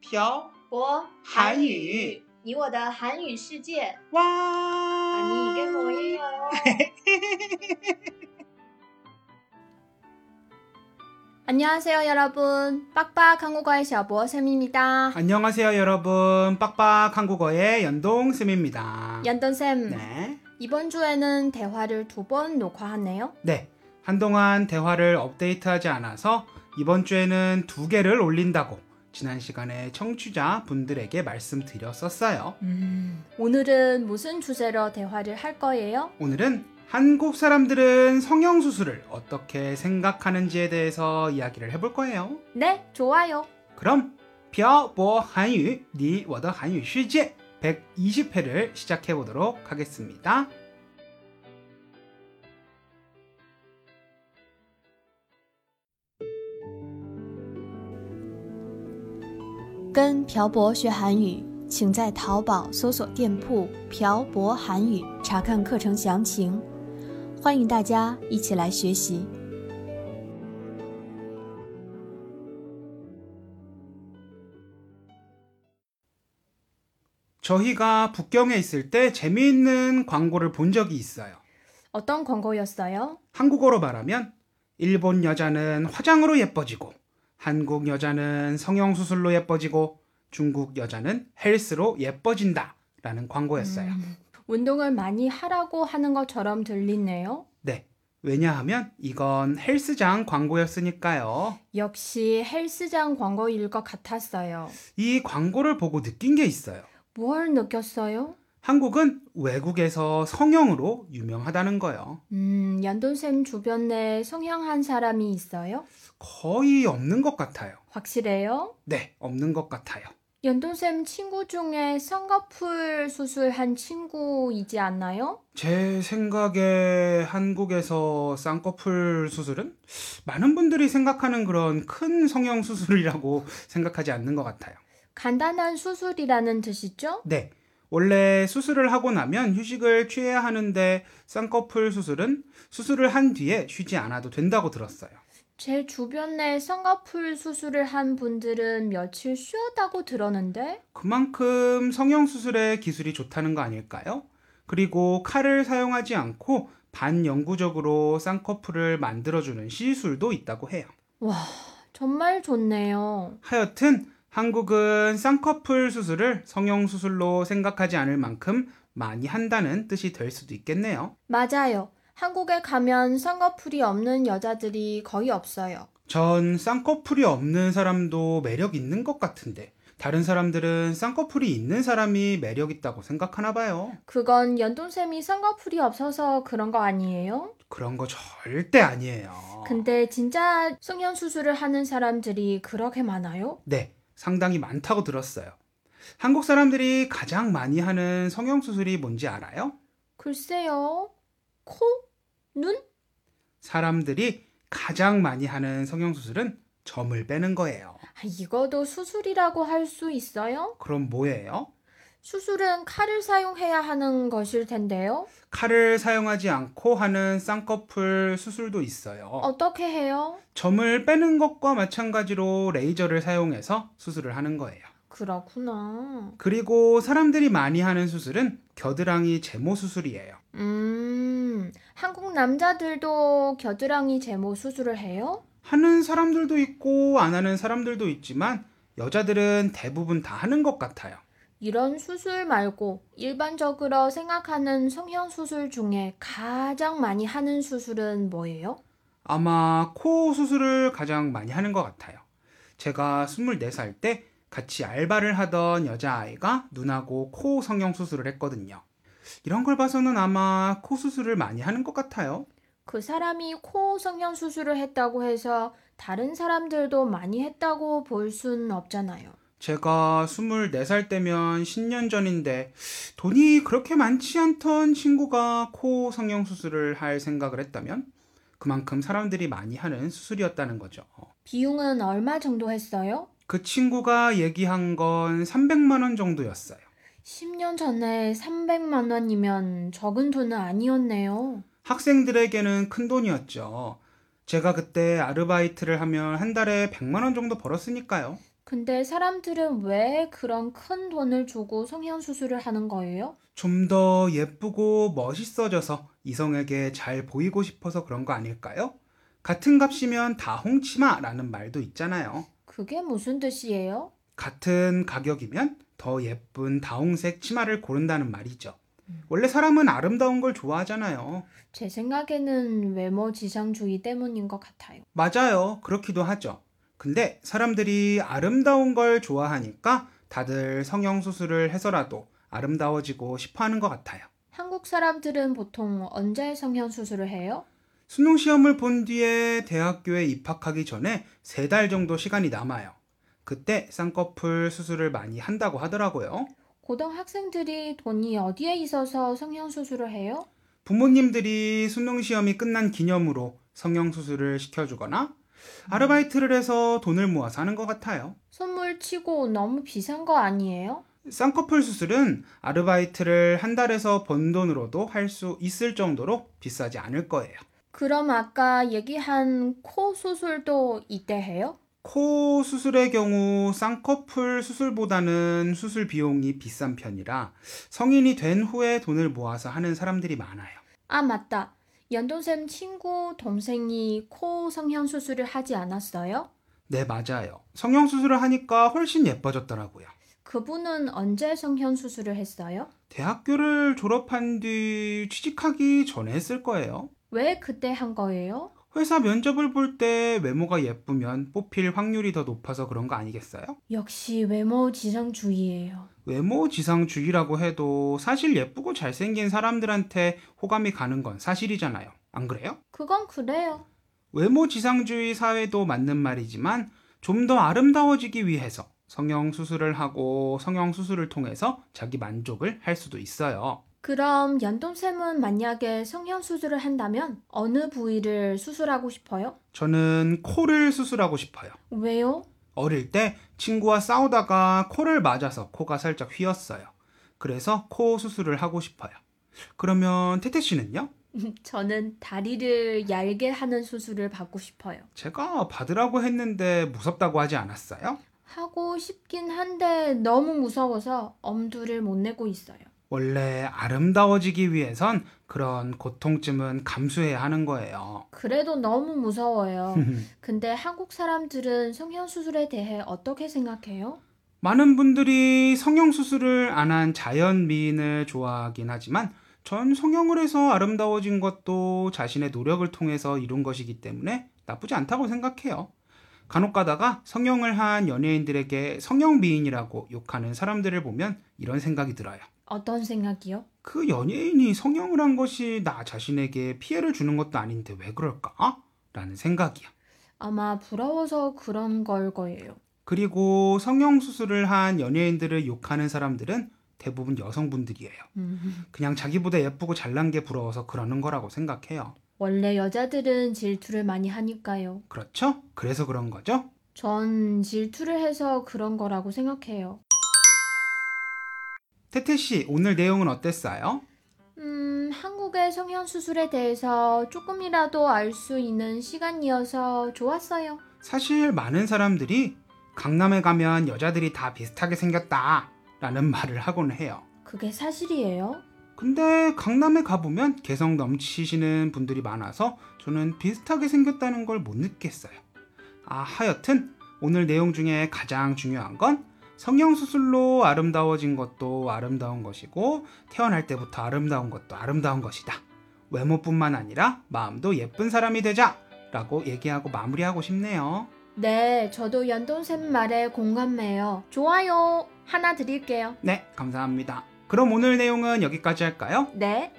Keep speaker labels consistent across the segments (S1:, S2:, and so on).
S1: 朴
S2: 我
S1: 韩语
S2: 你我的韩语世界，啊
S1: 와.
S2: 아니 이게 뭐예요? 안녕하세요 여러분. 빡빡 한국어의 小博쌤입니다.
S1: 안녕하세요 여러분. 빡빡 한국어의 연동쌤입니다.
S2: 연돈쌤,
S1: 네.
S2: 이번 주에는 대화를 두 번 녹화하네요.
S1: 네. 한동안 대화를 업데이트하지 않아서 이번 주에는 두 개를 올린다고 지난 시간에 청취자 분들에게 말씀드렸었어요. 음.
S2: 오늘은 무슨 주제로 대화를 할 거예요?
S1: 오늘은 한국 사람들은 성형수술을 어떻게 생각하는지에 대해서 이야기를 해볼 거예요.
S2: 네, 좋아요.
S1: 그럼 벼보 한유 니 워더 한유 실제 120회를 시작해 보도록 하겠습니다.
S3: 跟朴博学韩语，请在淘宝搜索店铺“朴博韩语”查看课程详情。欢迎大家一起来学习。
S1: 저희가 북경에 있을 때 재미있는 광고를 본 적이 있어요.
S2: 어떤 광고였어요?
S1: 한국어로 말하면 일본 여자는 화장으로 예뻐지고 한국 여자는 성형수술로 예뻐지고 중국 여자는 헬스로 예뻐진다 라는 광고였어요.
S2: 음. 운동을 많이 하라고 하는 것처럼 들리네요.
S1: 네. 왜냐하면 이건 헬스장 광고였으니까요.
S2: 역시 헬스장 광고일 것 같았어요.
S1: 이 광고를 보고 느낀 게 있어요.
S2: 뭘 느꼈어요?
S1: 한국은 외국에서 성형으로 유명하다는 거예요.
S2: 음, 연돈쌤 주변에 성향한 사람이 있어요?
S1: 거의 없는 것 같아요.
S2: 확실해요?
S1: 네, 없는 것 같아요.
S2: 연돈쌤 친구 중에 쌍꺼풀 수술한 친구이지 않나요?
S1: 제 생각에 한국에서 쌍꺼풀 수술은 많은 분들이 생각하는 그런 큰 성형 수술이라고 생각하지 않는 것 같아요.
S2: 간단한 수술이라는 뜻이죠?
S1: 네. 원래 수술을 하고 나면 휴식을 취해야 하는데 쌍꺼풀 수술은 수술을 한 뒤에 쉬지 않아도 된다고 들었어요.
S2: 제 주변에 쌍꺼풀 수술을 한 분들은 며칠 쉬었다고 들었는데
S1: 그만큼 성형수술의 기술이 좋다는 거 아닐까요? 그리고 칼을 사용하지 않고 반영구적으로 쌍꺼풀을 만들어주는 시술도 있다고 해요.
S2: 정말 좋네요.
S1: 하여튼 한국은 쌍꺼풀 수술을 성형수술로 생각하지 않을 만큼 많이 한다는 뜻이 될 수도 있겠네요.
S2: 맞아요. 한국에 가면 쌍꺼풀이 없는 여자들이 거의 없어요.
S1: 전 쌍꺼풀이 없는 사람도 매력 있는 것 같은데 다른 사람들은 쌍꺼풀이 있는 사람이 매력 있다고 생각하나 봐요.
S2: 그건 연동쌤이 쌍꺼풀이 없어서 그런 거 아니에요?
S1: 그런 거 절대 아니에요.
S2: 근데 진짜 성형 수술을 하는 사람들이 그렇게 많아요?
S1: 네, 상당히 많다고 들었어요. 한국 사람들이 가장 많이 하는 성형수술이 뭔지 알아요?
S2: 글쎄요. 코? 눈?
S1: 사람들이 가장 많이 하는 성형수술은 점을 빼는 거예요.
S2: 아, 이거도 수술이라고 할 수 있어요?
S1: 그럼 뭐예요?
S2: 수술은 칼을 사용해야 하는 것일 텐데요.
S1: 칼을 사용하지 않고 하는 쌍꺼풀 수술도 있어요.
S2: 어떻게 해요?
S1: 점을 빼는 것과 마찬가지로 레이저를 사용해서 수술을 하는 거예요.
S2: 그렇구나.
S1: 그리고 사람들이 많이 하는 수술은 겨드랑이 제모 수술이에요.
S2: 음, 한국 남자들도 겨드랑이 제모 수술을 해요?
S1: 하는 사람들도 있고 안 하는 사람들도 있지만 여자들은 대부분 다 하는 것 같아요.
S2: 이런 수술 말고 일반적으로 생각하는 성형 수술 중에 가장 많이 하는 수술은 뭐예요?
S1: 아마 코 수술을 가장 많이 하는 것 같아요. 제가 24살 때 같이 알바를 하던 여자아이가 눈하고 코 성형 수술을 했거든요. 이런 걸 봐서는 아마 코 수술을 많이 하는 것 같아요.
S2: 그 사람이 코 성형 수술을 했다고 해서 다른 사람들도 많이 했다고 볼 순 없잖아요.
S1: 제가 24살 때면 10년 전인데 돈이 그렇게 많지 않던 친구가 코 성형 수술을 할 생각을 했다면 그만큼 사람들이 많이 하는 수술이었다는 거죠.
S2: 비용은 얼마 정도 했어요?
S1: 그 친구가 얘기한 건 300만 원 정도였어요.
S2: 10년 전에 300만 원이면 적은 돈은 아니었네요.
S1: 학생들에게는 큰 돈이었죠. 제가 그때 아르바이트를 하면 한 달에 100만 원 정도 벌었으니까요.
S2: 근데 사람들은 왜 그런 큰 돈을 주고 성형 수술을 하는 거예요?
S1: 좀 더 예쁘고 멋있어져서 이성에게 잘 보이고 싶어서 그런 거 아닐까요? 같은 값이면 다 홍치마라는 말도 있잖아요.
S2: 그게 무슨 뜻이에요?
S1: 같은 가격이면 더 예쁜 다홍색 치마를 고른다는 말이죠. 원래 사람은 아름다운 걸 좋아하잖아요.
S2: 제 생각에는 외모 지상주의 때문인 것 같아요.
S1: 맞아요. 그렇기도 하죠. 근데 사람들이 아름다운 걸 좋아하니까 다들 성형수술을 해서라도 아름다워지고 싶어 하는 것 같아요.
S2: 한국 사람들은 보통 언제 성형 수술을 해요?
S1: 수능 시험을 본 뒤에 대학교에 입학하기 전에 세 달 정도 시간이 남아요. 그때 쌍꺼풀 수술을 많이 한다고 하더라고요.
S2: 고등학생들이 돈이 어디에 있어서 성형 수술을 해요?
S1: 부모님들이 수능 시험이 끝난 기념으로 성형 수술을 시켜주거나 아르바이트를 해서 돈을 모아서 하는 것 같아요.
S2: 선물 치고 너무 비싼 거 아니에요?
S1: 쌍꺼풀 수술은 아르바이트를 한 달에서 번 돈으로도 할 수 있을 정도로 비싸지 않을 거예요.
S2: 그럼 아까 얘기한 코 수술도 이때 해요?
S1: 코 수술의 경우 쌍꺼풀 수술보다는 수술 비용이 비싼 편이라 성인이 된 후에 돈을 모아서 하는 사람들이 많아요.
S2: 아 맞다. 연동쌤 친구 동생이 코 성형 수술을 하지 않았어요?
S1: 네, 맞아요. 성형 수술을 하니까 훨씬 예뻐졌더라고요.
S2: 그분은 언제 성형 수술을 했어요?
S1: 대학교를 졸업한 뒤 취직하기 전에 했을 거예요.
S2: 왜 그때 한 거예요?
S1: 회사 면접을 볼 때 외모가 예쁘면 뽑힐 확률이 더 높아서 그런 거 아니겠어요?
S2: 역시 외모 지상주의예요.
S1: 외모 지상주의라고 해도 사실 예쁘고 잘생긴 사람들한테 호감이 가는 건 사실이잖아요. 안 그래요?
S2: 그건 그래요.
S1: 외모 지상주의 사회도 맞는 말이지만 좀 더 아름다워지기 위해서 성형 수술을 하고 성형 수술을 통해서 자기 만족을 할 수도 있어요.
S2: 그럼 연동쌤은 만약에 성형 수술을 한다면 어느 부위를 수술하고 싶어요?
S1: 저는 코를 수술하고 싶어요.
S2: 왜요?
S1: 어릴 때 친구와 싸우다가 코를 맞아서 코가 살짝 휘었어요. 그래서 코 수술을 하고 싶어요. 그러면 태태 씨는요?
S2: 저는 다리를 얇게 하는 수술을 받고 싶어요.
S1: 제가 받으라고 했는데 무섭다고 하지 않았어요?
S2: 하고 싶긴 한데 너무 무서워서 엄두를 못 내고 있어요.
S1: 원래 아름다워지기 위해선 그런 고통쯤은 감수해야 하는 거예요.
S2: 그래도 너무 무서워요. 근데 한국 사람들은 성형 수술에 대해 어떻게 생각해요?
S1: 많은 분들이 성형 수술을 안 한 자연 미인을 좋아하긴 하지만 전 성형을 해서 아름다워진 것도 자신의 노력을 통해서 이룬 것이기 때문에 나쁘지 않다고 생각해요. 간혹 가다가 성형을 한 연예인들에게 성형 미인이라고 욕하는 사람들을 보면 이런 생각이 들어요.
S2: 어떤 생각이요?
S1: 그 연예인이 성형을 한 것이 나 자신에게 피해를 주는 것도 아닌데 왜 그럴까? 라는 생각이야.
S2: 아마 부러워서 그런 걸 거예요.
S1: 그리고 성형 수술을 한 연예인들을 욕하는 사람들은 대부분 여성분들이에요.
S2: 음,
S1: 그냥 자기보다 예쁘고 잘난 게 부러워서 그러는 거라고 생각해요.
S2: 원래 여자들은 질투를 많이 하니까요.
S1: 그렇죠? 그래서 그런 거죠?
S2: 전 질투를 해서 그런 거라고 생각해요.
S1: 태태 씨, 오늘 내용은 어땠어요?
S2: 음, 한국의 성형 수술에 대해서 조금이라도 알 수 있는 시간이어서 좋았어요.
S1: 사실 많은 사람들이 강남에 가면 여자들이 다 비슷하게 생겼다 라는 말을 하곤 해요.
S2: 그게 사실이에요?
S1: 근데 강남에 가보면 개성 넘치시는 분들이 많아서 저는 비슷하게 생겼다는 걸 못 느꼈어요. 아, 하여튼 오늘 내용 중에 가장 중요한 건 성형수술로 아름다워진 것도 아름다운 것이고 태어날 때부터 아름다운 것도 아름다운 것이다. 외모뿐만 아니라 마음도 예쁜 사람이 되자! 라고 얘기하고 마무리하고 싶네요.
S2: 네, 저도 연돈샘 말에 공감해요. 좋아요. 하나 드릴게요.
S1: 네, 감사합니다. 그럼 오늘 내용은 여기까지 할까요?
S2: 네,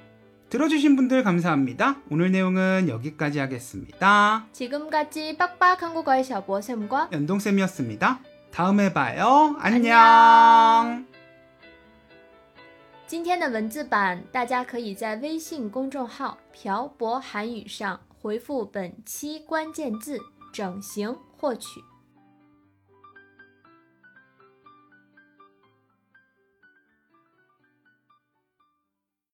S1: 들어주신 분들 감사합니다. 오늘 내용은 여기까지 하겠습니다.
S2: 지금까지 빡빡 한국어의 샤보쌤과
S1: 연동쌤이었습니다. 다음에 봐요. 안녕.
S2: 안녕. 今天的文字版，大家可以在微信公众号“漂泊韩语”上回复本期关键字“整形”获取。